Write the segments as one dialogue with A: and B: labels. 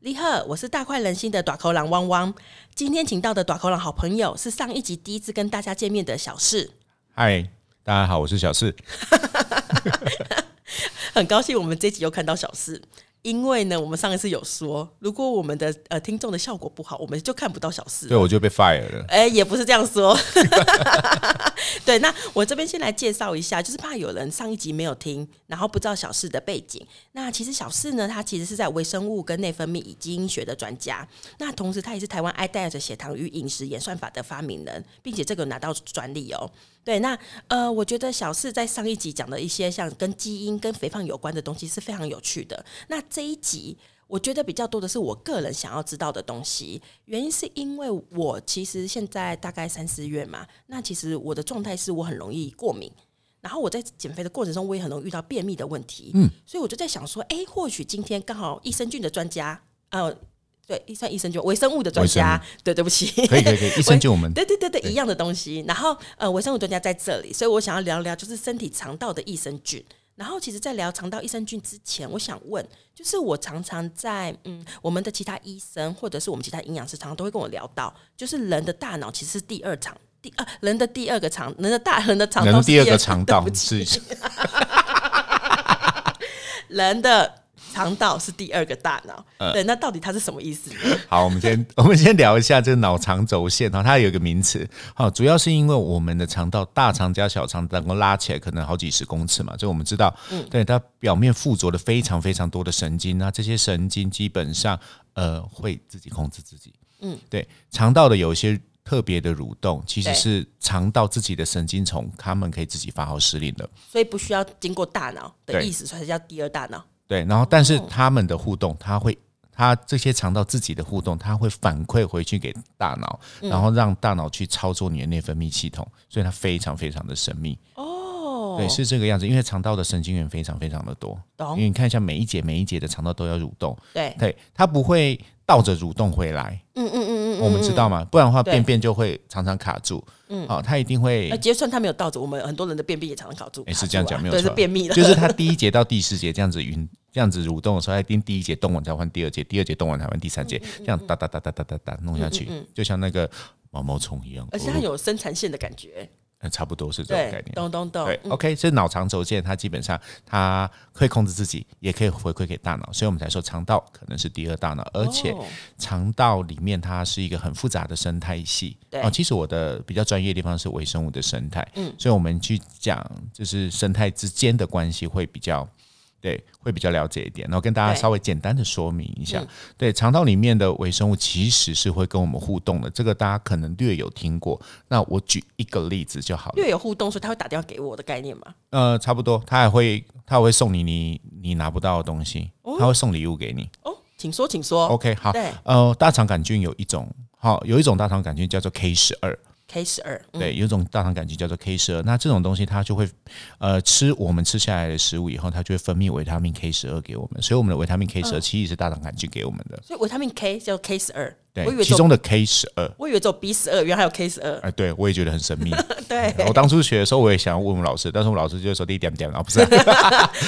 A: 你好，我是大快人心的短口狼汪汪。今天请到的短口狼好朋友是上一集第一次跟大家见面的小四，
B: 嗨，大家好，我是小四。
A: 很高兴我们这集又看到小四，因为呢，我们上一次有说，如果我们的呃听众的效果不好，我们就看不到小四
B: 对，。我就被 fire 了。
A: 哎、也不是这样说。 对，那我这边先来介绍一下，就是怕有人上一集没有听，然后不知道小四的背景。那其实小四呢，他其实是在微生物跟内分泌以基因学的专家，那同时他也是台湾埃戴尔的血糖与饮食演算法的发明人，并且这个有拿到专利哦。对，那呃，我觉得小四在上一集讲的一些像跟基因、跟肥胖有关的东西是非常有趣的。那这一集我觉得比较多的是我个人想要知道的东西，原因是因为我其实现在大概三四月嘛，那其实我的状态是我很容易过敏，然后我在减肥的过程中，我也很容易遇到便秘的问题，嗯，所以我就在想说，哎，或许今天刚好益生菌的专家，呃，对，算益生菌微生物的专家，对，对不起，
B: 可以可以 可以，一生就我们
A: 对对对对，一样的东西。然后呃，微生物专家在这里，所以我想要聊聊就是身体肠道的益生菌。然后其实，在聊肠道益生菌之前，我想问，就是我常常在嗯，我们的其他医生或者是我们其他营养师，常常都会跟我聊到，就是人的大脑其实是第二肠。第啊，人的第二个肠，人的大 人的肠
B: 人
A: 道
B: 的
A: 是
B: 第二
A: 二
B: 个肠道
A: 对不起
B: 是
A: 人的肠道是第二个大脑。
B: 呃
A: 对，那到底它是什么意思呢？
B: 好，我们先 我们先聊一下这个脑肠轴线哦哈，它有一个名词，好，主要是因为我们的肠道大肠加小肠能够拉起来可能好几十公尺嘛，这我们知道，
A: 嗯
B: 对它表面附着了非常非常多的神经，那这些神经基本上呃会自己控制自己，嗯，对，肠道的有一些。特别的蠕动其实
A: 对
B: 是肠道自己的神经丛，它们可以自己发号施令的。
A: 所以不需要经过大脑的
B: 对
A: 意思，才叫第二大脑。
B: 对，然后但
A: 哦
B: 是他们的互动，他会，他这些肠道自己的互动，他会反馈回去给大脑，
A: 嗯
B: 然后让大脑去操作你的内分泌系统，所以它非常非常的神秘。
A: 哦，
B: 对，是这个样子，因为肠道的神经元非常非常的多，
A: 懂
B: 因为你看一下每一节每一节的肠道都要蠕动，
A: 对，
B: 对，它不会倒着蠕动回来，
A: 嗯嗯嗯嗯
B: 我们知道吗？不然的话
A: 对
B: 便便就会常常卡住，嗯，好、它一定会
A: 呃，就算他没有倒着，我们很多人的便秘也常常卡住。
B: 诶
A: 卡
B: 是
A: 住
B: 这样
A: 啊
B: 讲没有
A: 对，是
B: 错
A: 便秘了。
B: 就是它第一节到第十节这样子匀，这样子蠕动的时候，它一定第一节动完才换第二节，第二节动完才换第三节，这样哒哒哒哒哒哒哒弄下去，就像那个毛毛虫一样，
A: 而且它有生产线的感觉，
B: 呃差不多是这种概
A: 对，
B: 念。
A: 懂懂懂。
B: 对，OK，所以脑肠轴线它基本上它会控制自己，也可以回馈给大脑，所以我们才说肠道可能是第二大脑，而且
A: 哦
B: 肠道里面它是一个很复杂的生态系。
A: 对
B: 哦，其实我的比较专业的地方是微生物的生态，嗯，所以我们去讲就是生态之间的关系会比较。对，会比较了解一点，然后跟大家
A: 对嗯
B: 稍微简单的说明一下。对，肠道里面的微生物其实是会跟我们互动的，这个大家可能略有听过。那我举一个例子就好了。
A: 因为有互动，所以他会打电话给我的概念嘛。
B: 呃，差不多，他还会他还会送你你你拿不到的东西，他会送礼物给你。
A: 哦，请说，请说。
B: OK，好
A: 对，
B: 呃，大肠杆菌有一种，好、有一种大肠杆菌叫做 K 十二，
A: K 十二，嗯
B: 对，有一种大肠杆菌叫做 K 十二，那这种东西它就会，呃，吃我们吃下来的食物以后，它就会分泌维他命 K 十二给我们，所以我们的维他命 K 十
A: 嗯
B: 二其实是大肠杆菌给我们的，
A: 所以维他命 K 叫 K 十二。我以
B: 对，
A: 为只
B: 其
A: 有
B: 中的 K 十二，
A: 我以为只有 B 十二，原来还有 K 十 二。
B: 哎，对我也觉得很神秘。 哎
A: 对，
B: 我当初学的时候，我也想要问我们老师，但是我们老师就说第一点点，啊，不是啊、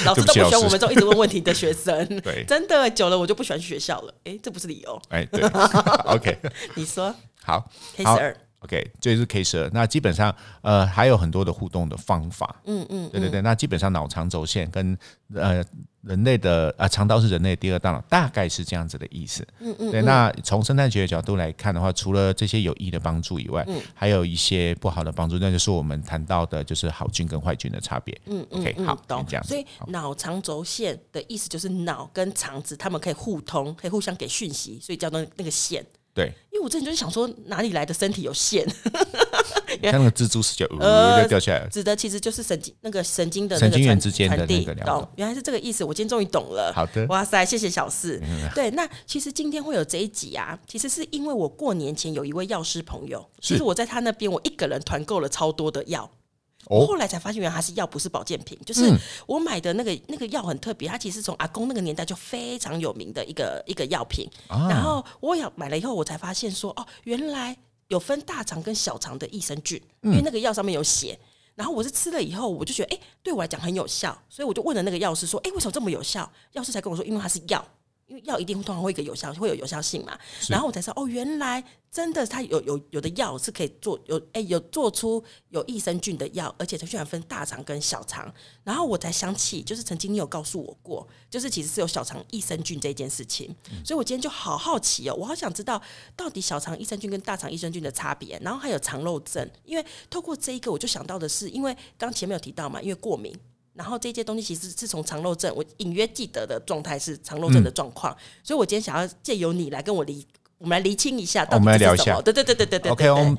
A: 老师都
B: 对不起
A: 不喜
B: 老
A: 欢
B: 师
A: 我们这种一直问问题的学生。
B: 对
A: 真的久了我就不喜欢去学校了。哎，这不是理由。
B: 哎，对，OK，
A: 你说
B: 好，
A: K
B: 好
A: 十二，
B: OK，这是 K 十二。那基本上，呃，还有很多的互动的方法。嗯嗯，对对对。那基本上脑肠轴线跟呃人类的啊、呃、肠道是人类的第二大脑，大概是这样子的意思。嗯嗯。对，那从生态学的角度来看的话，除了这些有益的帮助以外，还有一些不好的帮助，那就是我们谈到的就是好菌跟坏菌的差别。嗯嗯。OK，好，
A: 懂
B: 先这样子
A: 所以脑肠轴线的意思就是脑跟肠子它们可以互通，可以互相给讯息，所以叫做那个线。
B: 对，
A: 因为我之前就是想说，哪里来的身体有线？
B: 像那个蜘蛛丝就呃就掉下来了。
A: 指的其实就是神经那个神经的那个
B: 神经
A: 传
B: 元之间的
A: 传递
B: 那个，了
A: 懂？原来是这个意思，我今天终于懂了。
B: 好的嗯
A: 哇塞，谢谢小四。对，那其实今天会有这一集啊，其实是因为我过年前有一位药师朋友，其实我在他那边我一个人团购了超多的药。
B: 哦
A: 后来才发现，原来它是药，不是保健品。就是我买的那个那个药很特别，它其实从阿公那个年代就非常有名的一个一个药品。然后我也买了以后，我才发现说，哦，原来有分大肠跟小肠的益生菌，因为那个药上面有写。然后我是吃了以后，我就觉得，哎、对我来讲很有效，所以我就问了那个药师说，哎、为什么这么有效？药师才跟我说，因为它是药，因因为药一定通常会一个有效，会有有效性嘛。然后我才知道，哦，原来真的它有有有的药是可以做有哎、有做出有益生菌的药，而且它居然分大肠跟小肠。然后我才想起，就是曾经你有告诉我过，就是其实是有小肠益生菌这件事情。所以我今天就好好奇哦，我好想知道到底小肠益生菌跟大肠益生菌的差别，然后还有肠漏症。因为透过这一个，我就想到的是，因为刚前面有提到嘛，因为过敏。然后这些东西其实是从肠漏症，我隐约记得的状态是肠漏症的状况，所以我今天想要借由你来跟我厘，我们来厘清一下到
B: 哦我
A: 底
B: 们来
A: 是
B: 聊一
A: 什
B: 下
A: 么对对对对对对
B: OK，我们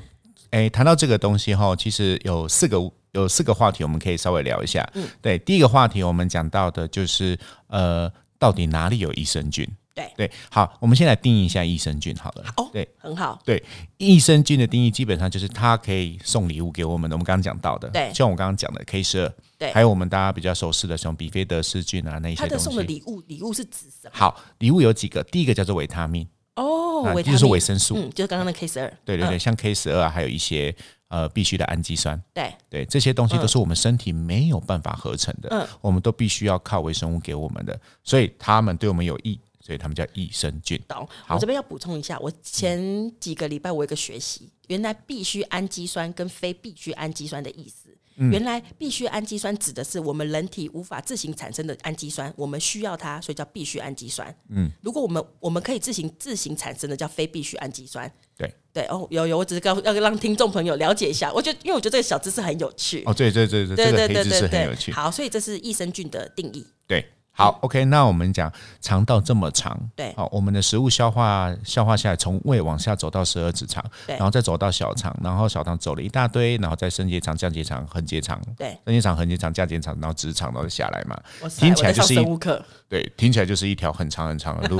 B: 哎，谈到这个东西哈，其实有四个有四个话题，我们可以稍微聊一下。嗯，对，第一个话题我们讲到的就是呃，到底哪里有益生菌？
A: 对
B: 对，好，我们先来定义一下益生菌好了。
A: 好
B: 对，
A: 很好，
B: 对，益生菌的定义基本上就是它可以送礼物给我们的，我们刚刚讲到的，
A: 对
B: 像我刚刚讲的 K 十二，
A: 对
B: 还有我们大家比较熟识的像比菲德氏菌啊那一
A: 他
B: 些
A: 的
B: 东
A: 送的
B: 西。
A: 礼物，礼物是指什么？
B: 好，礼物有几个？第一个叫做维他命，
A: 哦，维
B: 啊，
A: 他
B: 就是维
A: 命
B: 生素，
A: 嗯，就是刚刚的 K 十二，
B: 对对对，像 K 十二啊，还有一些呃必须的氨基酸，
A: 对，
B: 对，这些东西都是我们身体没有办法合成的，
A: 嗯
B: 我们都必须要靠微生物给我们的，所以它们对我们有益，所以它们叫益生菌。
A: 懂。
B: 好
A: 我这边要补充一下，我前几个礼拜我有一个学习，原来必须氨基酸跟非必须氨基酸的意思。
B: 嗯
A: 原来必须氨基酸指的是我们人体无法自行产生的氨基酸，我们需要它，所以叫必须氨基酸。嗯，如果我们我们可以自行自行产生的叫非必须氨基酸。
B: 对，
A: 对哦，有有，我只是告要让听众朋友了解一下，我觉得因为我觉得这个小知识很有趣。
B: 哦，对对对对，
A: 对
B: 这
A: 对
B: 个黑
A: 对
B: 知识
A: 对
B: 很有趣
A: 对，。好，所以这是益生菌的定义。
B: 对，好，OK，那我们讲肠道这么长，
A: 对
B: 好、我们的食物消化消化下来，从胃往下走到十二指肠，
A: 对
B: 然后再走到小肠，然后小肠走了一大堆，然后再升结肠、降结肠、横结肠，
A: 对，
B: 升结肠、横结肠、降结肠，然后直肠，然后下来嘛，
A: 我是
B: 听起来就
A: 我在
B: 是
A: 上
B: 一
A: 生物课，
B: 对，听起来就是一条很长很长的路，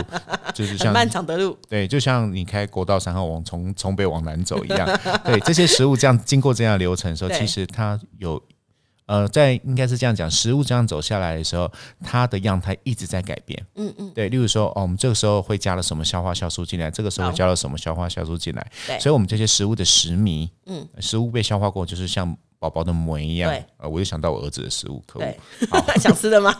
B: 就是
A: 很
B: 像
A: 漫长的路。
B: 对，就像你开国道三号往从从北往南走一样，对这些食物这样经过这样的流程的时候，
A: 对
B: 其实它有呃，在应该是这样讲，食物这样走下来的时候，它的样态一直在改变。嗯嗯，对，例如说哦，我们这个时候会加了什么消化酵素进来，这个时候
A: 好
B: 会加了什么消化酵素进来，
A: 对
B: 所以我们这些食物的食糜，嗯，食物被消化过，就是像宝宝的膜一样
A: 对。
B: 呃，我就想到我儿子的食物，可恶。
A: 对， 想吃的吗？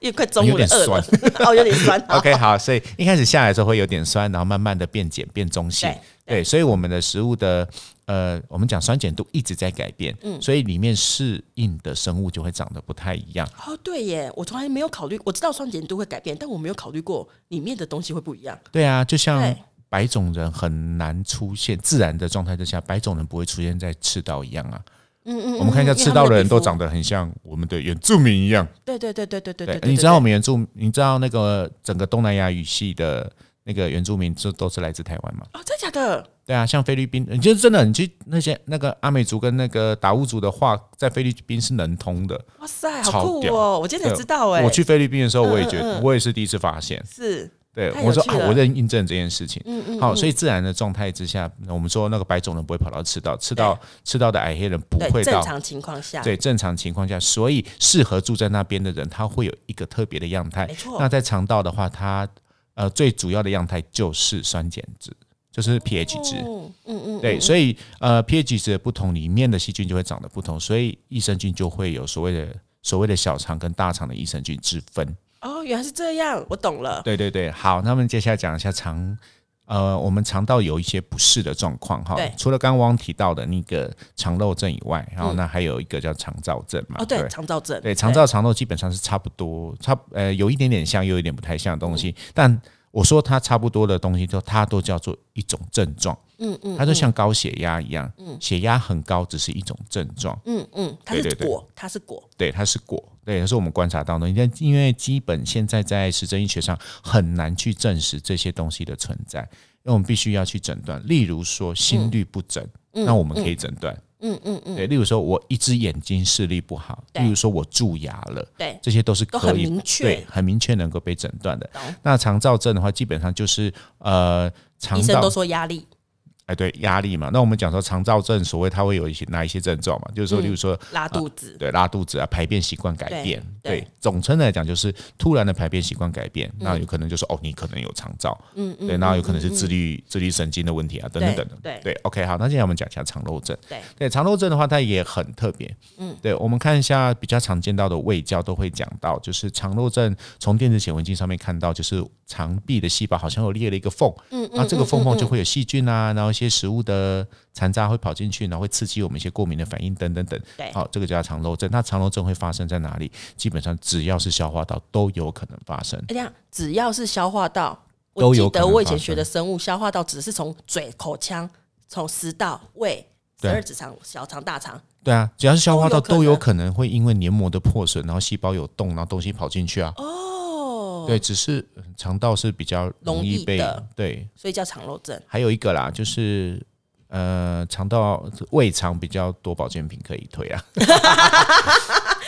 A: 因为快中午了，饿了
B: 有，
A: 哦，有点 酸。好
B: OK，好，所以一开始下来的时候会有点酸，然后慢慢的变碱变中性，
A: 对
B: 对，所以我们的食物的呃，我们讲酸碱度一直在改变，
A: 嗯
B: 所以里面适应的生物就会长得不太一样，
A: 哦，对耶，我从来没有考虑，我知道酸碱度会改变，但我没有考虑过里面的东西会不一样。
B: 对啊，就像
A: 对
B: 白种人很难出现自然的状态之下，白种人不会出现在赤道一样啊，
A: 嗯嗯，
B: 我们看一下
A: 嗯
B: 赤道的人都，
A: 因为
B: 长得很像我们的原住民一样，
A: 他们的皮肤对对对对对对
B: 对
A: 对，，对
B: 你知道我们原住，你知道那个整个东南亚语系的那个原住民就都是来自台湾吗？
A: 对哦，真假的？
B: 对啊，像菲律宾，你就真的你去那些那个阿美族跟那个达悟族的话，在菲律宾是能通的。
A: 哇塞，
B: 超
A: 好酷
B: 屌
A: 哦！我今天才知道哎，
B: 我去菲律宾的时候，我也觉
A: 嗯
B: 得
A: 嗯嗯
B: 我也是第一次发现。
A: 是
B: 对，
A: 太
B: 我
A: 有
B: 说
A: 趣
B: 啊，
A: 了
B: 我认印证这件事情。
A: 嗯嗯，
B: 好，所以自然的状态之下，我们说那个白种人不会跑到赤道，赤道赤道的矮黑人不
A: 对
B: 会
A: 正
B: 到。
A: 常情况下，
B: 对，正常情况下，所以适合住在那边的人，他会有一个特别的样态
A: 没。错
B: 那，在肠道的话，它呃最主要的样态就是酸碱值，就是 pH 值。
A: 嗯嗯嗯，
B: 对，所以呃，pH 值的不同，里面的细菌就会长得不同，所以益生菌就会有所谓的所谓的小肠跟大肠的益生菌之分。
A: 哦，原来是这样，我懂了。
B: 对对对，好，那么接下来讲一下肠，呃，我们肠道有一些不适的状况哈
A: 对，
B: 除了刚刚提到的那个肠漏症以外，然后那还有一个叫肠燥症嘛，
A: 嗯哦，对，肠燥症，
B: 对，肠燥肠漏基本上是差不多，差不呃有一点点像，又有一点不太像的东西。
A: 嗯
B: 但我说它差不多的东西，就它都叫做一种症状。嗯嗯，它就像高血压一样，血压很高只是一种症状。
A: 嗯嗯，它
B: 对
A: 是
B: 对对
A: 果，它是果，
B: 对，它是果，对，它是我们观察到的东西。但因为基本现在在实证医学上很难去证实这些东西的存在，因为我们必须要去诊断。例如说心律不整，那我们可以诊断。
A: 嗯嗯嗯，
B: 对，例如说我一只眼睛视力不好，
A: 对
B: 例如说我蛀牙了。
A: 对，
B: 这些都是
A: 都
B: 可
A: 很
B: 以
A: 明确
B: 对，很明确能够被诊断的
A: 懂。
B: 那肠燥症的话，基本上就是呃，肠
A: 医生
B: 道
A: 都说压力，
B: 哎，对，压力嘛。那我们讲说肠燥症，所谓它会有一些哪一些症状嘛？
A: 嗯
B: 就是说，例如说，
A: 拉肚子，
B: 对，拉肚子啊，排便习惯改变，
A: 对
B: 对，
A: 对嗯
B: 总称来讲就是突然的排便习惯改变，那有可能就是哦，你可能有肠燥，嗯嗯，对，那有可能是自律、自律神经的问题啊，等等等等，
A: 对
B: 对，OK，好，那现在我们讲一下肠漏症，
A: 对
B: 对，肠漏症的话，它也很特别，嗯，对，我们看一下比较常见到的胃教都会讲到，就是肠漏症从电子显微镜上面看到，就是肠壁的细胞好像有裂了一个缝，嗯，那这个缝缝就会有细菌啊，然后一些食物的残渣会跑进去，然后会刺激我们一些过敏的反应等等等，
A: 对
B: 好、这个叫肠漏症。那肠漏症会发生在哪里？基本上只要是消化道都有可能发生。
A: 哎呀，只要是消化道，
B: 都
A: 我记
B: 有
A: 得
B: 可能
A: 我以前
B: 发生
A: 学的生物，消化道只是从嘴、口腔、从食道、胃、十
B: 对
A: 二指肠、小肠、大肠，
B: 对啊，只要是消化道
A: 都有可能
B: 都有可能会因为黏膜的破损，然后细胞有洞，然后东西跑进去啊。
A: 哦，
B: 对，只是呃肠道是比较容
A: 容易
B: 易被
A: 的
B: 对。
A: 所以叫肠漏症。
B: 还有一个啦，就是呃，肠道胃肠比较多保健品可以推 啊，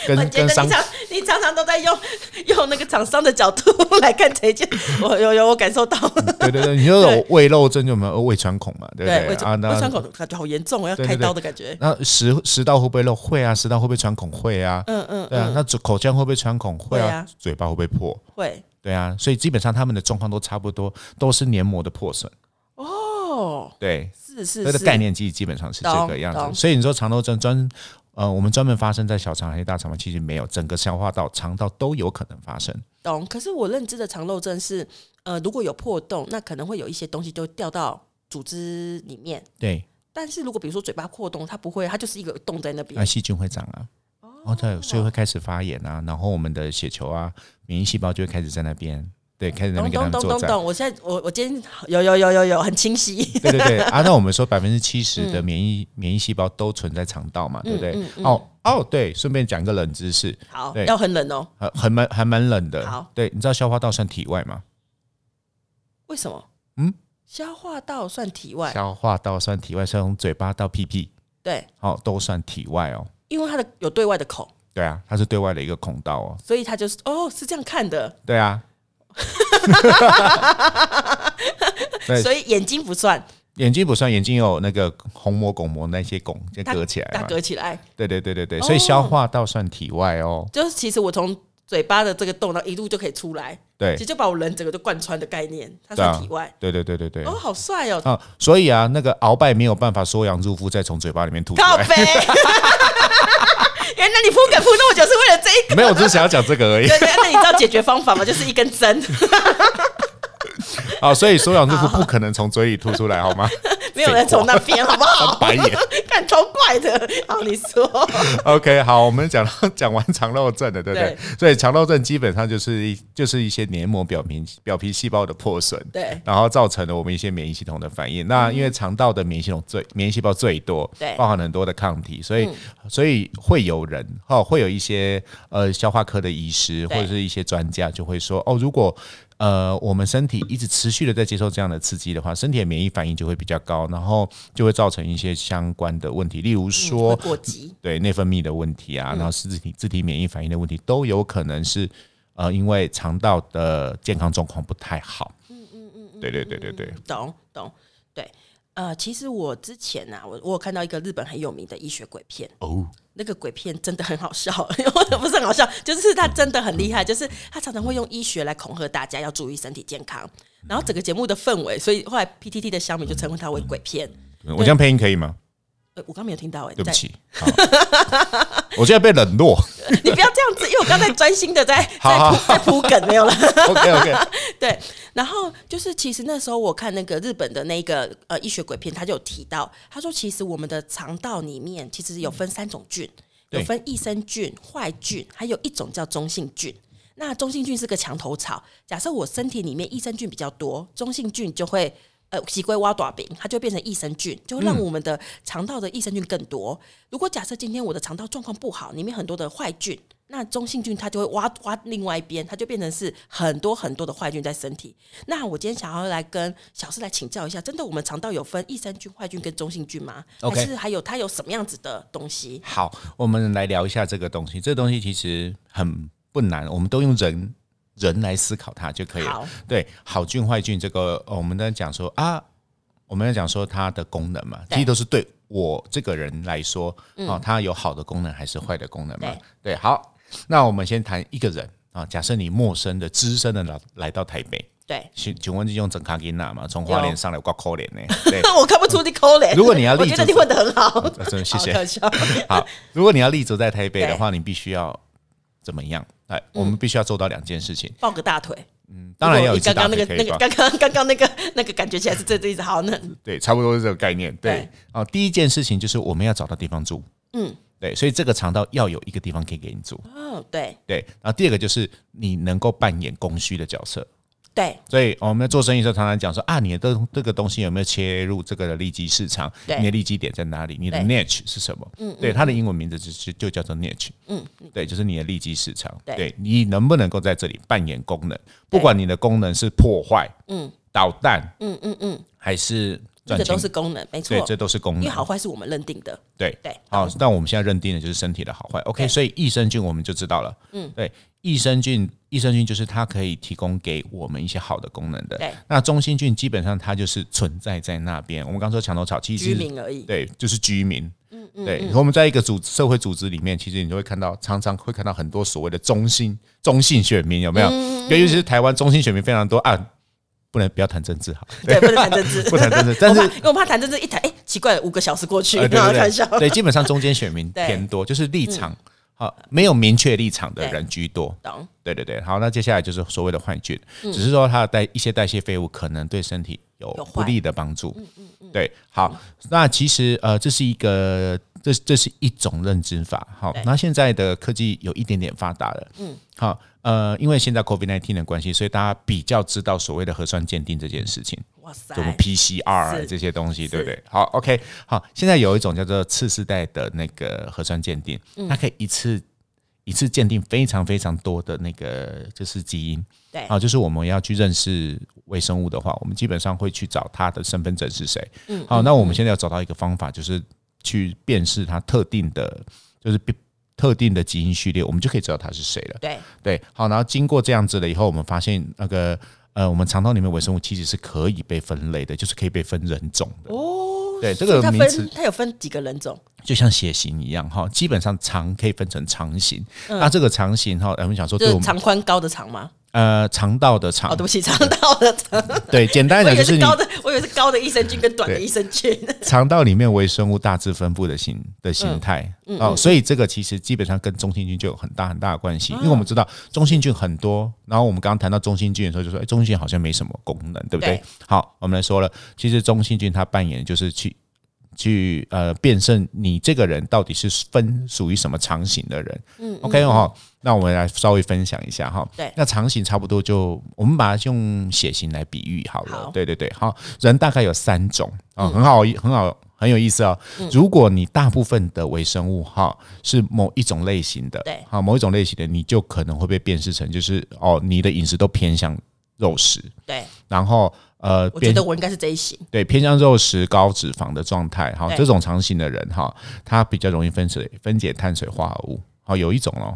B: 跟
A: 我觉
B: 跟
A: 得
B: 商
A: 你常 你常常都在用用那个厂商的角度 来看这一件，我有有我感受到，
B: 对对对，你就有胃漏症，就有没有胃穿孔嘛，嗯对不
A: 胃
B: 啊？
A: 肠
B: 那
A: 胃穿孔感觉好严重哦，我要
B: 对对
A: 开
B: 对
A: 刀的感觉。
B: 那食食道会不会漏？会啊，食道会不会穿孔？会啊，
A: 嗯嗯，
B: 对啊。那嘴口腔会不会穿孔？会
A: 会
B: 啊
A: 啊。
B: 嘴巴会不会破？
A: 会
B: 对啊。所以基本上他们的状况都差不多，都是黏膜的破损。
A: 哦，
B: 对，
A: 是
B: 它
A: 是
B: 的
A: 是，
B: 概念基基本上是这个样
A: 懂懂
B: 子。所以你说肠漏症专。呃，我们专门发生在小肠还是大肠吗？其实没有，整个消化道、肠道都有可能发生。
A: 懂。可是我认知的肠漏症是，呃，如果有破洞，那可能会有一些东西就掉到组织里面。
B: 对，
A: 但是如果比如说嘴巴破洞，它不会，它就是一个洞在那
B: 那
A: 边。
B: 细菌会长啊，哦，对，所以会开始发炎啊，然后我们的血球啊、免疫细胞就会开始在那边，对，开始在那
A: 咚
B: 边跟他
A: 咚咚
B: 们作
A: 咚
B: 战。
A: 咚！我现在我我今天有有有有有很清晰，
B: 对对对啊，那我们说百分之七十
A: 嗯
B: 的免疫、免疫细胞都存在肠道嘛，对不对？哦哦，对，顺便讲一个冷知识，
A: 好，
B: 对
A: 要很冷哦。
B: 很很蛮还蛮冷的。
A: 好，
B: 对，你知道消化道算体外吗？
A: 为什么？
B: 嗯，
A: 消化道算体外，
B: 消化道算体外，是从嘴巴到屁屁，
A: 对，
B: 哦，都算体外哦。
A: 因为它的有对外的口，
B: 对啊，它是对外的一个孔道哦。
A: 所以它就是哦，是这样看的，
B: 对啊，对
A: 所以眼睛不算，
B: 眼睛不算，眼睛有那个虹膜、巩膜那些孔，就
A: 它
B: 隔起来
A: 它
B: 嘛。
A: 隔起来，
B: 对对对对对，
A: 哦
B: 所以消化道算体外哦。
A: 就是其实我从嘴巴的这个洞，然后一路就可以出来，
B: 对
A: 其实就把我人整个就贯穿的概念，它
B: 对啊
A: 算体外。
B: 对对对对对。
A: 哦，好帅哦！
B: 啊，所以啊，那个鳌拜没有办法缩阳入腹，再从嘴巴里面吐出
A: 靠
B: 来。
A: 背，原来你铺梗铺那么久是为了这一个。
B: 没有，我只是想要讲这个 而已
A: 对对，那你知道解决方法吗？就是一根 针，
B: 啊。所以缩阳入腹不可能从嘴里吐出来，好吗？
A: 没有人从那边，好不 好？
B: 白眼。
A: 看超怪的。好，你说
B: OK，好，我们讲到 讲完肠漏症了，对不对？
A: 对
B: 所以肠漏症基本上就是一就是一些黏膜表皮表皮细胞的破损。
A: 对
B: 然后造成了我们一些免疫系统的反应。那因为肠道的免疫系统最免疫细胞最多，
A: 对嗯
B: 包含很多的抗体，所以、所以会有人哈、哦，会有一些呃消化科的医师或
A: 对
B: 者是一些专家就会说哦，如果呃，我们身体一直持续的在接受这样的刺激的话，身体的免疫反应就会比较高，然后就会造成一些相关的问题，例如说
A: 嗯会、过激，
B: 对内分泌的问题啊，然后自体自体免疫反应的问题，都有可能是呃，因为肠道的健康状况不太好。嗯嗯嗯，对对对对对，
A: 懂懂对。呃，其实我之前呐、我我有看到一个日本很有名的医学鬼片，
B: 哦，
A: 那个鬼片真的很好笑， 不是很好笑，就是他真的很厉害，就是他常常会用医学来恐吓大家要注意身体健康，然后整个节目的氛围，所以后来 PTT 的乡民就称呼它为鬼片。
B: 我这样配音可以吗？
A: 呃，我刚没有听到哎、
B: 嗯对不
A: 在
B: 起，好 我现在被冷落。
A: 你不要这样子，因为我刚才专心的在在
B: 好
A: 铺在铺梗，没有了。
B: OK OK，
A: 对，然后就是其实那时候我看那个日本的那个呃医学鬼片，他就有提到，他说其实我们的肠道里面其实有分三种菌，有
B: 对
A: 分益生菌、坏菌，还有一种叫中性菌。那中性菌是个墙头草，假设我身体里面益生菌比较多，中性菌就会。呃，喜龟挖短饼，它就会变成益生菌，就会
B: 嗯
A: 让我们的肠道的益生菌更多。如果假设今天我的肠道状况不好，里面很多的坏菌，那中性菌它就会挖挖另外一边，它就变成是很多很多的坏菌在身体。那我今天想要来跟小四来请教一下，真的我们肠道有分益生菌、坏菌跟中性菌吗
B: OK
A: 还是还有它有什么样子的东西？
B: 好，我们来聊一下这个东西。这个东西其实很不难，我们都用人人来思考它就可以了
A: 好。
B: 哦对，好菌坏菌这个，呃我们在讲说啊。我们要讲说它的功能嘛，
A: 对嗯
B: 其实都是对我这个人来说，哦，它有好的功能还是坏的功能嘛？对，好，那我们先谈一个人啊，假设你陌生的、资深的来来到台北，
A: 对，
B: 请请问是用整卡金纳嘛？从花莲上来有挂扣脸 呢？对，
A: 我看不出你抠脸。
B: 如果你要立
A: 我觉得
B: 足
A: 你混得很好，
B: 啊真的 谢谢
A: 好可笑
B: 好， 如果你要立足在台北的话，你必须要怎么样？哎，
A: 嗯
B: 我们必须要做到两件事情，
A: 抱个大腿。
B: 当然要有
A: 如
B: 一
A: 果
B: 只
A: 你
B: 大
A: 刚刚那个
B: 腿可
A: 那
B: 以
A: 个
B: 吧？
A: 刚刚刚刚那个那个感觉起来是这这意思。好，那
B: 对，差不多是这个概念。对
A: 对，
B: 哦，第一件事情就是我们要找到地方住。嗯，对，所以这个肠道要有一个地方可以给你住。
A: 嗯，对
B: 哦对，然后第二个就是你能够扮演供需的角色。
A: 对
B: 所以哦我们在做生意的时候，常常讲说啊，你的这这个东西有没有切入这个的利基市场？
A: 对
B: 你的利基点在哪里？你的
A: 对
B: niche 是什么？嗯，对，它的英文名字就是就叫做 niche。嗯，对，就是你的利基市场。
A: 对
B: 你能不能够在这里扮演功能？不管你的功能是破坏，嗯，捣蛋，嗯嗯嗯，还是
A: 这
B: 赚
A: 个
B: 钱
A: 都是功能，没错
B: 对，，这都是功
A: 因
B: 能
A: 为。好坏是我们认定的。
B: 对
A: 对
B: 好，那我们现在认定的就是身体的好坏。OK，
A: 对
B: 所以益生菌我们就知道了。嗯，对，益生菌，益生菌就是它可以提供给我们一些好的功能的。
A: 对，
B: 那中心菌基本上它就是存在在那边。我们刚说墙头草，其实
A: 居民而已
B: 对，就是居民。嗯嗯，对，我们在一个组社会组织里面，其实你就会看到，常常会看到很多所谓的中性中性选民，有没有？
A: 嗯
B: 尤其是台湾中性选民非常多啊，不能不要谈政治 好，
A: 对，不能谈政治，
B: 不谈政治但
A: 我
B: 是
A: 怕因为我怕谈政治一谈，哎，奇怪，五个小时过去，
B: 呃对
A: 然后
B: 对
A: 看笑
B: 对，。对，基本上中间 选民
A: 对嗯
B: 偏多，就是立场好、没有明确立场的人居多。
A: 懂，
B: 对对对，好，那接下来就是所谓的坏菌，只是说它的代一些代谢废物可能对身体有
A: 嗯有坏嗯
B: 不利的帮助。对，好，那其实呃，这是一个这这是一种认知法。好
A: 对，
B: 那现在的科技有一点点发达了。嗯，好，呃，因为现在 COVID 19的关系，所以大家比较知道所谓的核酸鉴定这件事情。
A: 哇塞
B: 什，么 PCR
A: 是
B: 这些东西，
A: 是
B: 对不对？好，OK，好，现在有一种叫做次世代的那个核酸鉴定，它可以一次一次鉴定非常非常多的那个就是基因，
A: 对
B: 啊，就是我们要去认识微生物的话，我们基本上会去找它的身份证是谁。嗯，好，那我们现在要找到一个方法，就是去辨识它特定的，就是特定的基因序列，我们就可以知道它是谁了。
A: 对
B: 对，好，然后经过这样子了以后，我们发现那个呃，我们肠道里面微生物其实是可以被分类的，就是可以被分人种的。
A: 哦，
B: 对，这
A: 所以
B: 个
A: 它
B: 名词
A: 分它有分几个人种，
B: 就像血型一样哈，基本上肠可以分成肠型，那这个肠型哈，呃我们想说
A: 嗯就
B: 对我
A: 是
B: 们
A: 长宽高的长吗？
B: 呃肠道的肠
A: 哦，，对不起，长到的 长，
B: 对，简单
A: 我
B: 来
A: 以为
B: 讲就是
A: 是
B: 你
A: 高的，我以为是高的益生菌跟短的
B: 对
A: 益生菌。
B: 肠道里面微生物大致分布的形的形态、哦，所以这个其实基本上跟中性菌就有很大很大的关系，因为我们知道中性菌很多，然后我们刚刚谈到中性菌的时候就说，哎，中性菌好像没什么功能，对不对？
A: 对
B: 好，我们来说了，其实中性菌它扮演的就是去。去呃辨认你这个人到底是分属于什么肠型的人，嗯，OK 哈、那我们来稍微分享一下哈，
A: 对
B: 那肠型差不多就我们把它用血型来比喻好了，
A: 好嗯
B: 对对对，好，人大概有三种啊、很好很好很有意思哦。如果你大部分的微生物哈、是某一种类型的，
A: 对
B: 好、某一种类型的，你就可能会被辨识成就是哦，你的饮食都偏向肉食，
A: 对，
B: 然后呃，
A: 我觉
B: 偏
A: 得我应该是这一型。
B: 对偏向肉食高脂肪的状态，哈、
A: 对
B: 这种肠型的人哈、他比较容易分解分解碳水化合物，好、有一种哦。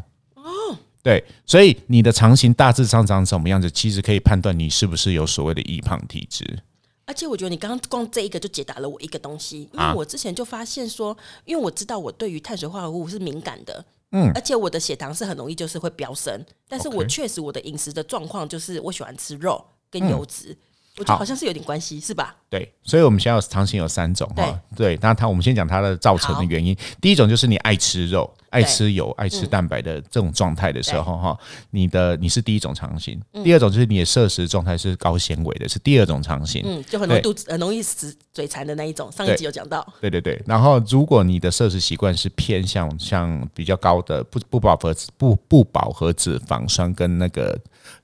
B: 对，所以你的肠型大致上长什么样子，其实可以判断你是不是有所谓的易胖体质。
A: 而且我觉得你刚刚光这一个就解答了我一个东西，因为
B: 啊
A: 我之前就发现说，因为我知道我对于碳水化合物是敏感的，嗯，而且我的血糖是很容易就是会飙升，但是我
B: OK
A: 确实我的饮食的状况就是我喜欢吃肉跟油脂，我觉得
B: 嗯好
A: 好像是有点关系，是吧？
B: 对，所以我们现在有肠型有三种
A: 对
B: 哈。对，那它我们先讲它的造成的原因。第一种就是你爱吃肉、爱吃油、爱吃蛋白的这种状态的时候哈，你的你是第一种肠型。第二种就是你的摄食状态是高纤维的，是第二种肠型。
A: 嗯，就很容易
B: 对
A: 肚子很容易死嘴馋的那一种，上一
B: 对
A: 集有讲到，
B: 对对对，然后如果你的摄食习惯是偏向像比较高的不不饱和脂不不饱和脂肪酸跟那个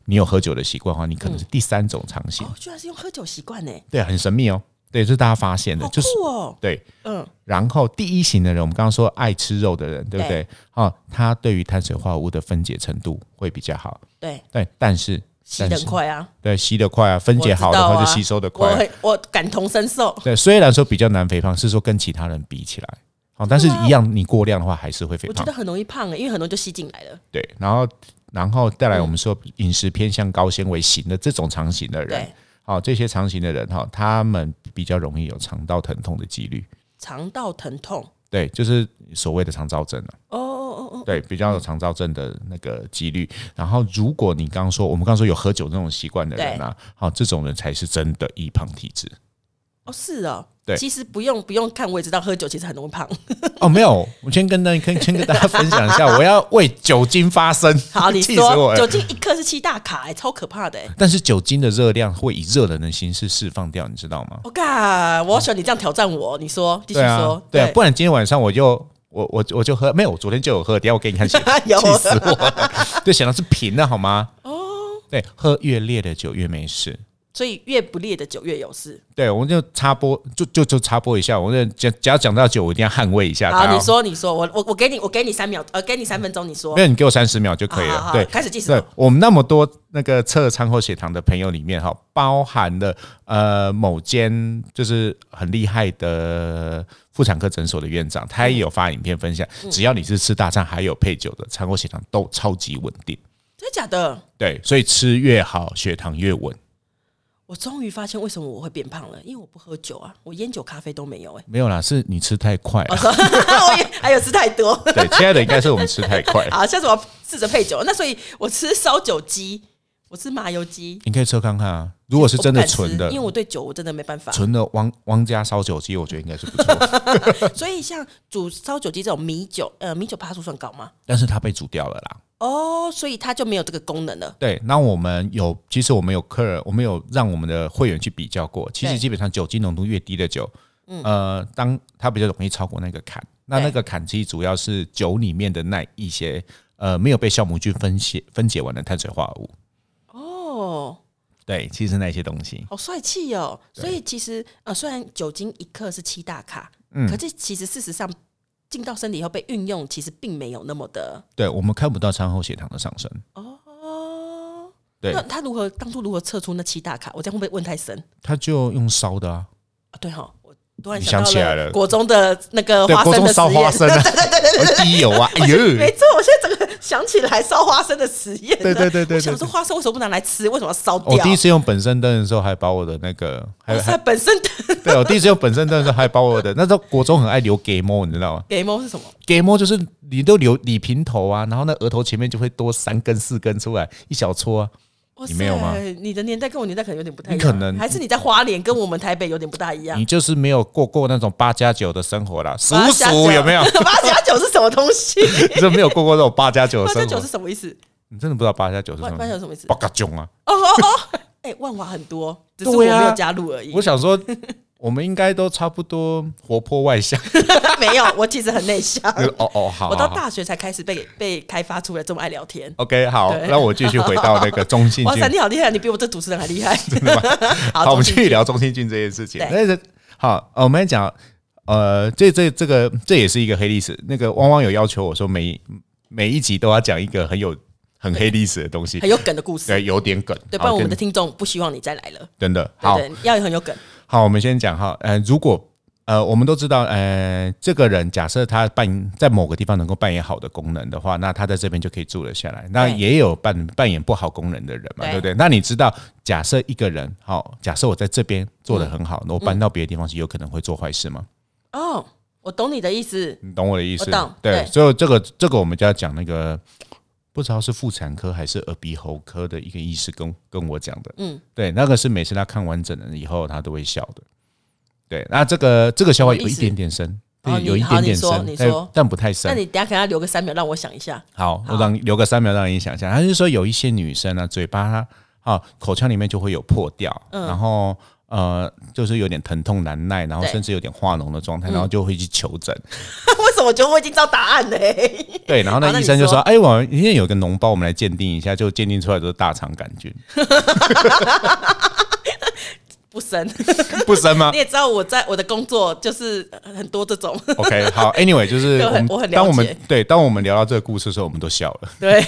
B: 你有喝酒的习惯的话，你可能
A: 嗯
B: 是第三种肠型。
A: 哦，居然是用喝酒习惯呢，
B: 对，很神秘哦。对，这是大家发现的，
A: 好
B: 就是
A: 酷哦，
B: 对，
A: 嗯，
B: 然后第一型的人，我们刚刚说爱吃肉的人，对不对？哦，他对于碳水化合物的分解程度会比较好，
A: 对，
B: 对，但是
A: 吸
B: 但
A: 得
B: 是
A: 很快啊，
B: 对吸得快啊，分解好
A: 我
B: 的
A: 知道
B: 话
A: 啊
B: 就吸收得
A: 我
B: 快啊、
A: 很我感同身受，
B: 对，虽然说比较难肥胖，是说跟其他人比起来，好、但是一样你过量的话还是会肥
A: 啊我觉
B: 胖
A: 得，很容易胖欸，因为很容易就吸进来了，
B: 对。
A: 嗯
B: 然后然后再来，我们说饮食偏向高纤维型的这种肠型的人
A: 对，
B: 好、好、这些肠型的人哈、他们比较容易有肠道疼痛的几率。
A: 肠道疼痛。
B: 对，就是所谓的肠燥症了、啊
A: 哦哦哦哦，
B: 对，比较有肠燥症的那个几率。然后，如果你刚刚说，我们刚刚说有喝酒这种习惯的人啊，好、这种人才是真的易胖体质。
A: 哦是哦。
B: 对
A: 其实不用不用看，我也知道喝酒其实很容易 胖。
B: 哦，没有，我先跟大跟先跟大家分享一下，我要为酒精发声，
A: 好，你
B: 气死我
A: 说酒
B: 了。
A: 精一克是七大卡、哎，超可怕的、哎
B: 但是酒精的热量会以热能的形式释放掉，你知道吗？
A: 我嘎，哦我喜欢你这样挑战我。你说，继续
B: 对
A: 说
B: 啊，，对啊，不然今天晚上我就我我我就喝，没有，我昨天就有喝，等一下我给你看写的，
A: 有啊
B: 气死我了， 对，想到是平的好吗？哦，对，喝越烈的酒越没事。
A: 所以越不烈的酒越有事。
B: 对，我们就插播，就就就插播一下。我这只只要讲到酒，我一定要捍卫一下它、
A: 好，
B: 哦。
A: 你说，你说，我我我给你，我给你三秒，呃，给你三分钟，你说
B: 没。有，你给我三十秒就可以了。
A: 好好好
B: 对，
A: 开始计时哦
B: 对我们那么多那个测餐后血糖的朋友里面，哈，包含了呃某间就是很厉害的妇产科诊所的院长，他也有发影片分享，
A: 嗯
B: 只要你是吃大餐还有配酒的，餐后血糖都超级稳定。
A: 真的假的？
B: 对，所以吃越好，血糖越稳。
A: 我终于发现为什么我会变胖了，因为我不喝酒啊，我烟酒咖啡都没 有哎、
B: 没有啦，是你吃太快
A: 哦
B: 了。
A: 我也还有吃太多。
B: 对，亲爱的，应该是我们吃太 快了。
A: 好，下次我要试着配酒。那所以我吃烧酒鸡，我吃麻油鸡，
B: 你可以测看看啊，如果是
A: 我
B: 真
A: 不
B: 的
A: 敢吃
B: 纯的
A: 因为，我对酒我真的没办法。
B: 纯的汪汪家烧酒鸡，我觉得应该是不 错。
A: 所以像煮烧酒鸡这种米酒，呃，米酒趴数算高吗？
B: 但是它被煮掉了啦。
A: 哦，所以它就没有这个功能了。
B: 对，那我们有，其实我们有客人，我们有让我们的会员去比较过，其实
A: 对
B: 基本上酒精浓度越低的酒，呃，当它比较容易超过那个坎，那
A: 对
B: 那个坎其实主要是酒里面的那一些呃没有被酵母菌分解分解完的碳水化合物，
A: 哦，
B: 对，其实那些东西，
A: 好帅气哦！所以其实呃，虽然酒精一克是七大卡，
B: 嗯
A: 可是其实事实上进到身体以后被运用，其实并没有那么的
B: 对我们看不到餐后血糖的上升，
A: 哦。
B: 对
A: 那，他如何当初如何测出那七大卡？我这样会不会问太深
B: 它就用烧的啊，
A: 啊？对哈，我突然
B: 你
A: 到
B: 想起来了
A: 国中的那个
B: 对，
A: 花
B: 国
A: 生的
B: 中
A: 实
B: 烧花
A: 验，
B: 生 啊，滴油啊， 哎
A: 没
B: 呦，
A: 错，我现在整个想起来烧花生的实验了，
B: 对对对对对
A: 我想说花生为什么不拿来吃？为什么要烧掉？
B: 我第一次用本身灯的时候，还把我的那个，还
A: 我
B: 还
A: 在本身的
B: 对，我第一次用本身灯的时候，还把我的那时候国中很爱留 game 你知道吗
A: game 是什么？
B: ？game 就是你都留理平头啊，然后那额头前面就会多三根四根出来，一小撮、啊。
A: 哇
B: 你没有吗
A: 塞？你的年代跟我年代可能有点不太一样，
B: 你可能
A: 还是你在花莲跟我们台北有点不大一样
B: 你。就是没有过过那种八加九的生活啦，数
A: 八加
B: 数
A: 九？
B: 有没 有
A: 八加九是什么东西？
B: 就没有过过那种八加九
A: 八
B: 的
A: 加
B: 生
A: 九
B: 活
A: 是，什么意思？
B: 你真的不知道八加九是
A: 八
B: 什
A: 八
B: 么
A: 加？九是什么意思？
B: 八嘎囧啊！
A: 哦哦哦！ 哎，万华很多，只是我没
B: 对啊
A: 有加入而已
B: 我。想说，我们应该都差不多活泼外向。
A: 没有，我其实很内向。
B: 哦哦，好，
A: 我到
B: 好好
A: 大学才开始被被开发出来这么爱聊天。
B: OK，好，
A: 对
B: 那我继续回到那个中性
A: 哇
B: 菌
A: 塞，你好厉害！你比我这主持人还厉害。 好，
B: 好，我
A: 重
B: 们继
A: 新
B: 续聊中心菌这件事情
A: 对。
B: 但是好，呃我们来讲，呃，这这这个这也是一个黑历史。那个汪汪有要求我说每每一集都要讲一个很有很黑历史的东西
A: 很，有梗的故事，
B: 对，有点梗，
A: 对，不
B: 好
A: 然我们
B: 跟
A: 的听众不希望你再来了。
B: 真的
A: 对
B: 好
A: 对，要很有梗。
B: 好，我们先讲哈，呃，如果呃，我们都知道，呃，这个人假设他扮在某个地方能够扮演好的功能的话，那他在这边就可以住了下来。那
A: 对
B: 也有扮扮演不好功能的人嘛，
A: 对
B: 对不对？那你知道，假设一个人，好、假设我在这边做
A: 嗯
B: 的很好，那、我搬到别的地方去，有可能会做坏事吗？
A: 哦，我懂你的意思。
B: 你懂我的意思？
A: 我懂对
B: 所以这个这个我们就要讲那个。不知道是妇产科还是耳鼻喉科的一个医师跟跟我讲的，嗯，对，那个是每次他看完整了以后，他都会笑的，对，那这个这个笑话有一点点深，
A: 什么意
B: 对，
A: 思
B: 有一
A: 哦
B: 点
A: 你
B: 点
A: 好
B: 深
A: 你说，你
B: 但
A: 说
B: 但不太
A: 那
B: 深。
A: 你等一下给他留个三秒，让我想一下。
B: 好，我让留个三秒让你想一下。他就说有一些女生呢、啊，嘴巴她啊口腔里面就会有破掉，
A: 嗯
B: 然后呃就是有点疼痛难耐，然后
A: 对嗯
B: 甚至有点化脓的状态，然后就会去求诊。
A: 为什么我觉得我已经知道答案嘞？
B: 对，然后
A: 好
B: 那
A: 那
B: 医
A: 你
B: 生就
A: 说
B: 说：“哎，我们今天有个脓包，我们来鉴定一下，就鉴定出来都是大肠杆 菌，
A: 不 深，
B: 不深吗
A: 你也知道我在我的工作就是很多这种，
B: ？”OK，好，Anyway，就是
A: 对我
B: 我
A: 很
B: 们
A: 我很了
B: 当我们
A: 解
B: 对当我们聊到这个故事的时候，我们都笑了。
A: 对，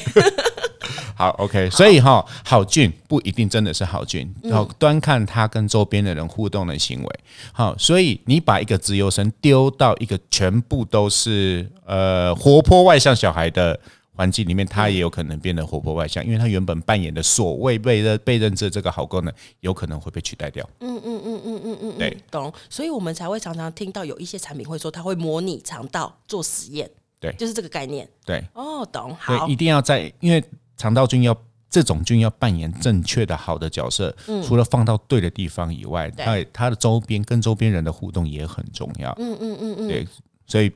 B: 好，OK，所以哈，好菌不一定真的是好菌，好端看它跟周边的人互动的行为。好，所以你把一个自由生丢到一个全部都是呃活泼外向小孩的环境里面，他也有可能变得活泼外向，因为他原本扮演的所谓被认被认知的这个好功能，有可能会被取代掉。
A: 嗯嗯嗯嗯嗯嗯，
B: 对
A: 嗯，懂。所以我们才会常常听到有一些产品会说，它会模拟肠道做实验，
B: 对
A: 就是这个概念。
B: 对，
A: 哦，懂，
B: 对，
A: 好
B: 一，定要在，因为肠道菌要这种菌要扮演正确的好的角色，除了放到对的地方以外，
A: 嗯对
B: 它也它的周边跟周边人的互动也很重要。
A: 嗯嗯嗯嗯。
B: 对，所以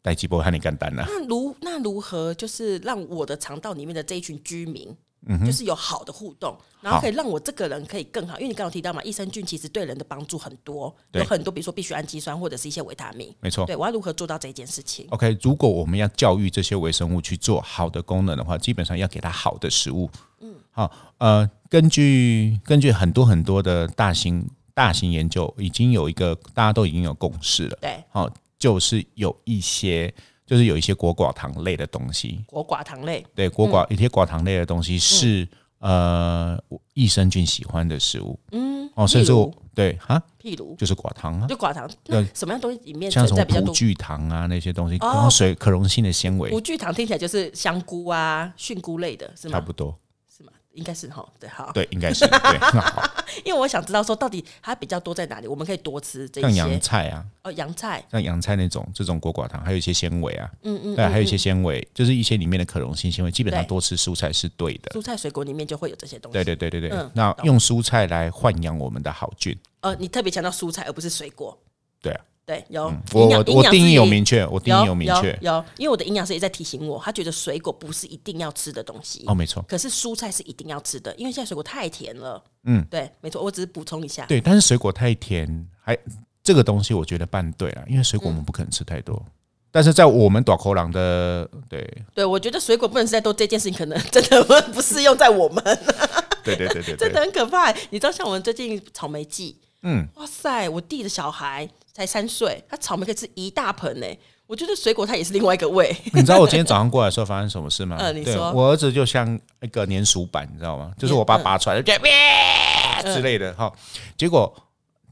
B: 代际波和你干啊单了、
A: 那如那如何就是让我的肠道里面的这一群居民，
B: 嗯
A: 就是有好的互动，然后可以让我这个人可以更好，因为你刚刚有提到嘛，益生菌其实对人的帮助很多，
B: 对
A: 有很多，比如说必需氨基酸或者是一些维他命。
B: 没错。
A: 对，我要如何做到这一件事情？
B: OK，如果我们要教育这些微生物去做好的功能的话，基本上要给它好的食物。嗯，好，呃，根据根据很多很多的大型大型研究，已经有一个大家都已经有共识了。
A: 对，
B: 好、哦就是有一些就是有一些果寡糖类的东西，
A: 果寡糖类，
B: 对，果
A: 嗯
B: 寡、一些寡糖类的东西是、呃益生菌喜欢的食物。嗯，哦，甚至
A: 例如
B: 我对哈，
A: 譬如
B: 就是寡糖啊。
A: 就寡糖，那
B: 对
A: 什么样东西里面
B: 像
A: 存
B: 什
A: 在
B: 么
A: 比较
B: 葡
A: 多？
B: 聚糖啊那些东西，
A: 哦
B: 然后水可溶性的纤维
A: 葡聚糖听起来就是香菇啊、菌菇类的，是
B: 差
A: 吗？
B: 不多，
A: 是吗？应该是哈，对，好，
B: 对，应该是对。 那好
A: 因为我想知道说到底它比较多在哪里，我们可以多吃这
B: 像洋
A: 些
B: 菜啊，
A: 哦，洋菜，
B: 像洋菜那种这种果寡糖，还有一些纤维啊，
A: 嗯嗯，
B: 对，
A: 嗯
B: 还有一些纤维，就是一些里面的可溶性纤维，基本上
A: 对
B: 多吃蔬菜是对的。
A: 蔬菜水果里面就会有这些东西。
B: 对对对对对，
A: 嗯
B: 那
A: 懂
B: 用蔬菜来豢养我们的好菌，
A: 呃，你特别强调蔬菜而不是水果。
B: 对啊，
A: 对，有
B: 嗯，
A: 营
B: 我
A: 养
B: 我我定义
A: 营
B: 有。
A: 养师也
B: 明确，我定义
A: 有
B: 明确，
A: 有有，因为我的营养师也在提醒我，他觉得水果不是一定要吃的东西，
B: 哦，没错，
A: 可是蔬菜是一定要吃的，因为现在水果太甜了。
B: 嗯，
A: 对，没错，我只是补充一下。
B: 对，但是水果太甜，还这个东西我觉得办对啊了，因为水果我
A: 嗯
B: 们不可能吃太多，但是在我们短口狼的对
A: 对，我觉得水果不能吃太多这件事情，可能真的不不适用在我们，
B: 对对对对
A: 真的
B: 对，
A: 很可怕欸。你知道，像我们最近草莓季，
B: 嗯，
A: 哇塞，我弟的小孩才三岁，他草莓可以吃一大盆呢。我觉得水果它也是另外一个味，
B: 你知道我今天早上过来的时候发生什么事 吗？
A: 嗯你
B: 对
A: 说嗯
B: 我儿子就像一个粘鼠板，你知道吗？就是我爸拔出来就觉得、之类的哈、结果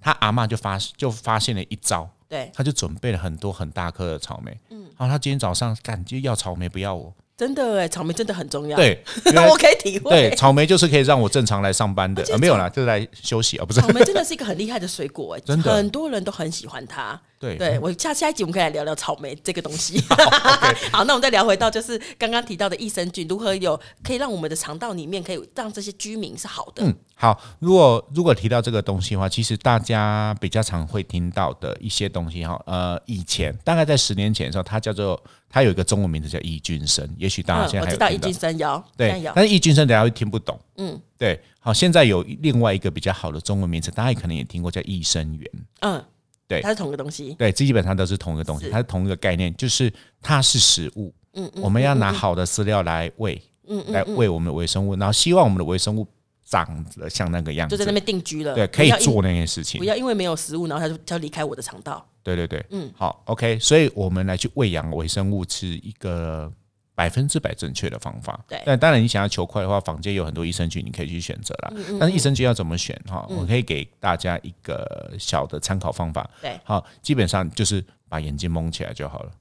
B: 他阿嬷就发就发现了一招，
A: 对，
B: 他就准备了很多很大颗的草莓，嗯，然后他今天早上感觉要草莓不要我，
A: 真的哎，草莓真的很重要。，
B: 对，原 来
A: 那我可以体会。
B: 对，草莓就是可以让我正常来上班的，
A: 而且
B: 呃、没有啦，就是来休息啊、不是
A: 草，莓哦真的是一个很厉害的水果、哎，
B: 真的
A: 很多人都很喜欢它。
B: 对
A: 对我下下一集我们可以来聊聊草莓这个东 西。 好，那我们再聊回到就是刚刚提到的益生菌如何有可以让我们的肠道里面可以让这些居民是好的。
B: 嗯，好。如果如果提到这个东西的话，其实大家比较常会听到的一些东西哈，呃，以前大概在十年前的时候，它叫做它有一个中文名字叫益菌生，也许大家啊
A: 嗯
B: 现
A: 我
B: 在还
A: 知
B: 有
A: 道益
B: 听到
A: 菌生有，现在
B: 对
A: 有，
B: 但是益菌生大家会听不懂，嗯，对。好，现在有另外一个比较好的中文名字，大家可能也听过，叫益生元。
A: 嗯，
B: 对
A: 它是同一个东西。
B: 对，这基本上都是同一个东西，
A: 是
B: 它是同一个概念，就是它是食物。
A: 嗯
B: 我们要拿好的饲料来喂，
A: 嗯
B: 来喂我们的微生物，然后希望我们的微生物长得像那个样
A: 就
B: 子
A: 在，那边定居了，
B: 对，可以
A: 不要因
B: 做那件事情
A: 不。要因为没有食物，然后它就它就离开我的肠道。
B: 对对对，嗯，好，OK，所以我们来去喂养微生物是一个百分之百正确的方法。
A: 对
B: 但当然你想要求快的话，坊间有很多益生菌你可以去选择
A: 嗯
B: 啦。但是益生菌要怎么选哈？我可以给大家一个小的参考方法。
A: 对，
B: 好，基本上就是把眼睛蒙起来就好了。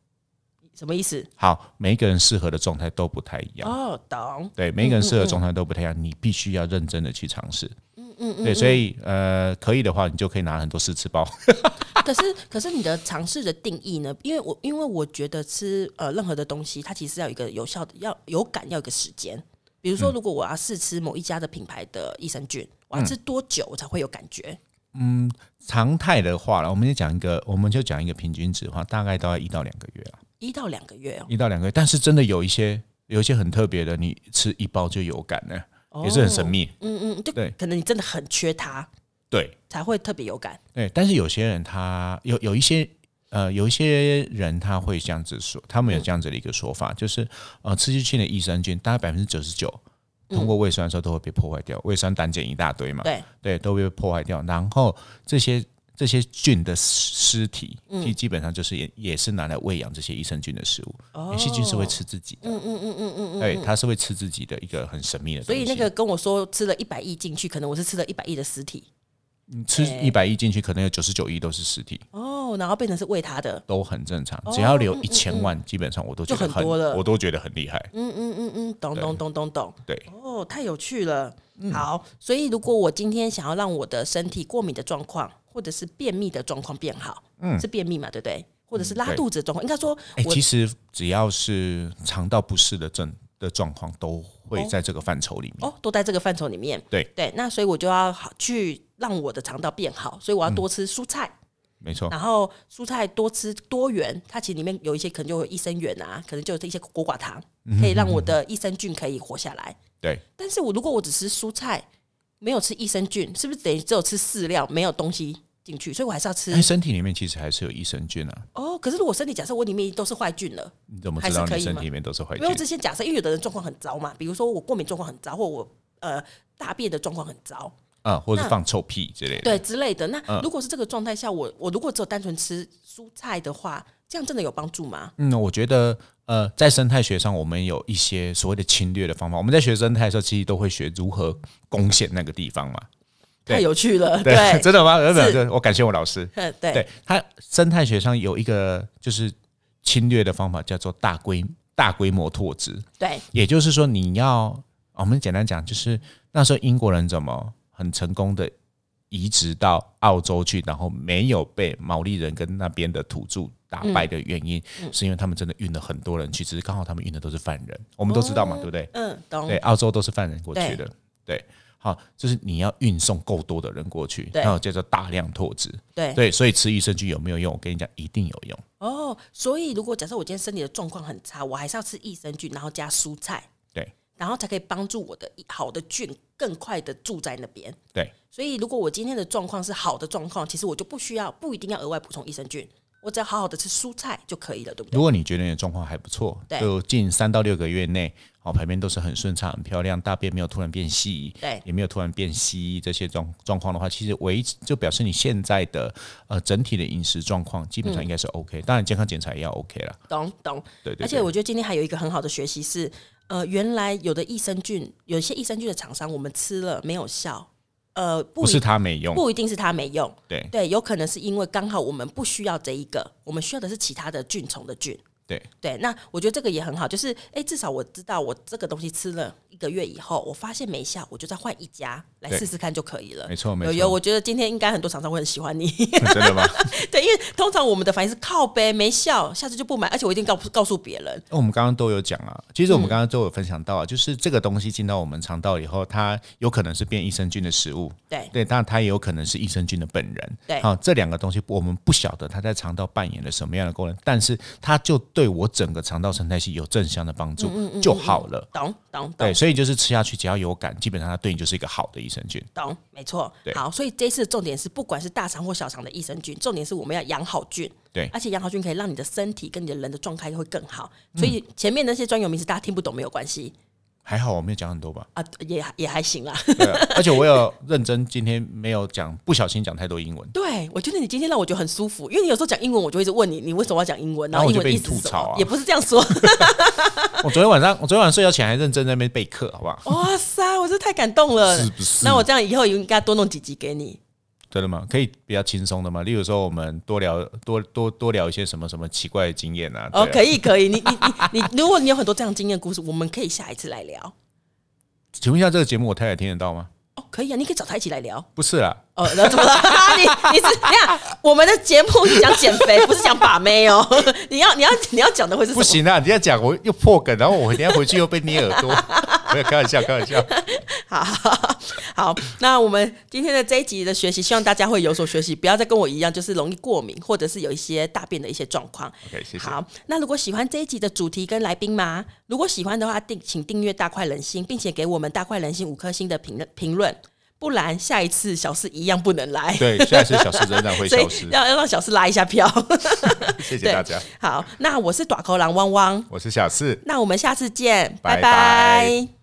A: 什么意思？
B: 好，每一个人适合的状态都不太一样。
A: 哦，懂。
B: 对，每一个人适合的状态都不太一样，你必须要认真的去尝试。嗯嗯，对，所以呃，可以的话，你就可以拿很多试吃包。
A: 可是，可是你的尝试的定义呢？因为我因为我觉得吃呃任何的东西，它其实要有一个有效的，要有感，要有一个时间。比如
B: 嗯
A: 说，如果我要试吃某一家的品牌的益生菌，我要吃多久我才会有感觉？
B: 常态的话了，我们就讲一个，我们就讲一个平均值的话，大概都要一到两个月啊，
A: 一到两个月哦，
B: 一到两个月。但是真的有一些，有一些很特别的，你吃一包就有感呢、也是很神秘。
A: 嗯嗯，就
B: 对
A: 可能你真的很缺它，
B: 对
A: 才会特别有感。
B: 对，但是有些人他有有一些。呃，有一些人他会这样子说，他们有这样子的一个说法，就是呃，吃进去的益生菌大概百分之九十九通过胃酸的时候都会被破坏掉，胃酸胆碱一大堆嘛，
A: 对，
B: 嗯对，都被破坏掉。然后这些这些菌的尸体，基基本上就是也也是拿来喂养这些益生菌的食物。有些菌是会吃自己的，嗯嗯嗯嗯嗯，对，它是会吃自己的一个很神秘的
A: 所
B: 东西。
A: 以那个跟我说吃了一百亿进去，可能我是吃了一百亿的实体。
B: 你吃
A: 对
B: 一百亿进去，可能有九十九亿都是实体，
A: 哦，然后变成是喂它的，
B: 都很正常。
A: 哦
B: 只要留
A: 嗯嗯
B: 一千万，基本上我都觉
A: 就
B: 得
A: 很多了
B: 我都觉得很厉害。
A: 嗯嗯嗯嗯，懂
B: 对
A: 懂懂懂懂，
B: 对，
A: 哦，太有趣了。
B: 嗯
A: 好，所以如果我今天想要让我的身体过敏的状况，或者是便秘的状况变好，嗯，是便秘嘛，对不对？或者是拉
B: 对
A: 肚子的状况，应该说
B: 哎、
A: 我
B: 其实只要是肠道不适的症的状况，都会在这个范畴里面。
A: 哦，都在这个范畴里面。
B: 对
A: 对，那所以我就要好去让我的肠道变好，所以我
B: 嗯
A: 要多吃蔬菜，
B: 没错，
A: 然后蔬菜多吃多元，它其实里面有一些可能就有益生元啊，可能就有一些果寡糖，
B: 嗯
A: 可以让我的益生菌可以活下来。
B: 对，
A: 但是我如果我只吃蔬菜，没有吃益生菌，是不是等于只有吃饲料，没有东西进去？所以我还是要吃
B: 哎、身体里面其实还是有益生菌啊。
A: 哦。可是如果身体假设我里面都是坏菌了，
B: 你怎么
A: 还
B: 知
A: 是
B: 道
A: 可
B: 你
A: 以
B: 身
A: 吗
B: 体里面都是坏
A: 因为我
B: 菌？
A: 之前假设，因为有的人状况很糟嘛，比如说我过敏状况很糟，或我呃大便的状况很糟，
B: 啊、或者
A: 那
B: 放臭屁之类的。
A: 对之类的。那如果是这个状态下，我我如果只有单纯吃蔬菜的话，这样真的有帮助吗？
B: 嗯，我觉得呃，在生态学上，我们有一些所谓的侵略的方法。我们在学生态的时候，其实都会学如何攻陷那个地方嘛。对
A: 太有趣了，对
B: 真的吗？没有没有，
A: 是
B: 对我感谢我老师。
A: 呃 对
B: 对它生态学上有一个就是侵略的方法，叫做大规大规模拓殖。
A: 对
B: 也就是说，你要我们简单讲，就是那时候英国人怎么很成功的移植到澳洲去，然后没有被毛利人跟那边的土著打败的原因，是因为他们真的运了很多人去，只是刚好他们运的都是犯人，我们都知道嘛，对不对？
A: 嗯，懂
B: 对，澳洲都是犯人过去的，对。好，就是你要运送够多的人过去，
A: 对
B: 然后叫做大量拓殖。
A: 对
B: 对，所以吃益生菌有没有用？我跟你讲，一定有用。
A: 哦。所以如果假设我今天身体的状况很差，我还是要吃益生菌，然后加蔬菜，
B: 对，
A: 然后才可以帮助我的好的菌更快的住在那边。
B: 对，
A: 所以如果我今天的状况是好的状况，其实我就不需要不一定要额外补充益生菌，我只要好好的吃蔬菜就可以了，对不对？
B: 如果你觉得你的状况还不错，
A: 对
B: 就近三到六个月内，好、排便都是很顺畅、很漂亮，大便没有突然变细，
A: 对
B: 也没有突然变稀这些状状况的话，其实维持就表示你现在的呃整体的饮食状况基
A: 嗯
B: 本上应该是 OK，、当然健康检查也要 OK 啦。
A: 懂懂。
B: 对对
A: 而且我觉得今天还有一个很好的学习是，呃，原来有的益生菌，有一些益生菌的厂商，我们吃了没有效，呃，不
B: 不
A: 一
B: 是它没用，
A: 不一定是它没用，
B: 对
A: 对，有可能是因为刚好我们不需要这一个，我们需要的是其他的菌虫的菌。
B: 对
A: 对，那我觉得这个也很好，就是诶，至少我知道我这个东西吃了一个月以后，我发现没效，我就再换一家来
B: 对
A: 试试看就可以了。
B: 没错没
A: 有
B: 错
A: 有，我觉得今天应该很多厂商会很喜欢你，
B: 真的吗？
A: 对，因为通常我们的反应是靠呗，没效，下次就不买，而且我一定告告诉别人。
B: 哦那我们刚刚都有讲啊，其实我们刚刚都有分享
A: 嗯
B: 到啊，就是这个东西进到我们肠道以后，它有可能是变益生菌的食物，
A: 对
B: 对，但它也有可能是益生菌的本人，
A: 对
B: 好、这两个东西我们不晓得它在肠道扮演了什么样的功能，但是它就对我整个肠道生态系有正向的帮
A: 嗯
B: 助就好了。
A: 懂懂
B: 对，
A: 懂
B: 所以就是吃下去，只要有感，基本上它对你就是一个好的益生菌。
A: 懂，没错
B: 对。
A: 好，所以这次的重点是，不管是大肠或小肠的益生菌，重点是我们要养好菌。
B: 对
A: 而且养好菌可以让你的身体跟你的人的状态会更好。
B: 嗯
A: 所以前面那些专有名词大家听不懂没有关系
B: 还好我没有讲很多吧，
A: 啊，也也还行啦。
B: 对啊、而且我有认真，今天没有讲，不小心讲太多英文。
A: 对，我觉得你今天让我觉得很舒服，因为你有时候讲英文，我就一直问你，你为什么要讲英文？
B: 然
A: 然后
B: 后我
A: 英文
B: 就被
A: 意
B: 你
A: 思是
B: 吐
A: 什
B: 槽
A: 么
B: 啊？
A: 也不是这样说。
B: 我昨天晚上，我昨天晚上睡觉前还认真在那边备课，好不好？
A: 哇塞，我真的太感动了。
B: 是不是
A: 那我这样以后应该多弄几集给你。
B: 真的吗？可以比较轻松的吗？例如说，我们多聊多多多聊一些什么什么奇怪的经验啊？
A: 哦，可
B: 以。
A: 以可以，你 你你你，如果你有很多这样经验故事，我们可以下一次来聊。
B: 请问一下，这个节目我太太听得到吗？
A: 哦，可以啊，你可以找他一起来聊。
B: 不是啦，
A: 哦，那怎么了？ 你你是你看我们的节目是讲减肥，不是讲把妹哦。 你要你要你要讲的会是什
B: 不
A: 么？
B: 行啊！你这样讲我又破梗，然后我等一下回去又被捏耳朵。 没有开玩笑，开玩笑。
A: 好好，那我们今天的这一集的学习，希望大家会有所学习，不要再跟我一样，就是容易过敏，或者是有一些大便的一些状况。
B: OK，谢谢。
A: 好，那如果喜欢这一集的主题跟来宾吗？如果喜欢的话，订请订阅大快人心，并且给我们大快人心五颗星的评评论，不然下一次小事一样不能来。
B: 对，下一次小事仍然 会
A: 所以
B: 消失。
A: 要要让小事拉一下票。
B: 谢谢大家，
A: 好，那我是短口狼汪汪，
B: 我是小四。
A: 那我们下次见，
B: 拜
A: 拜
B: 拜
A: 拜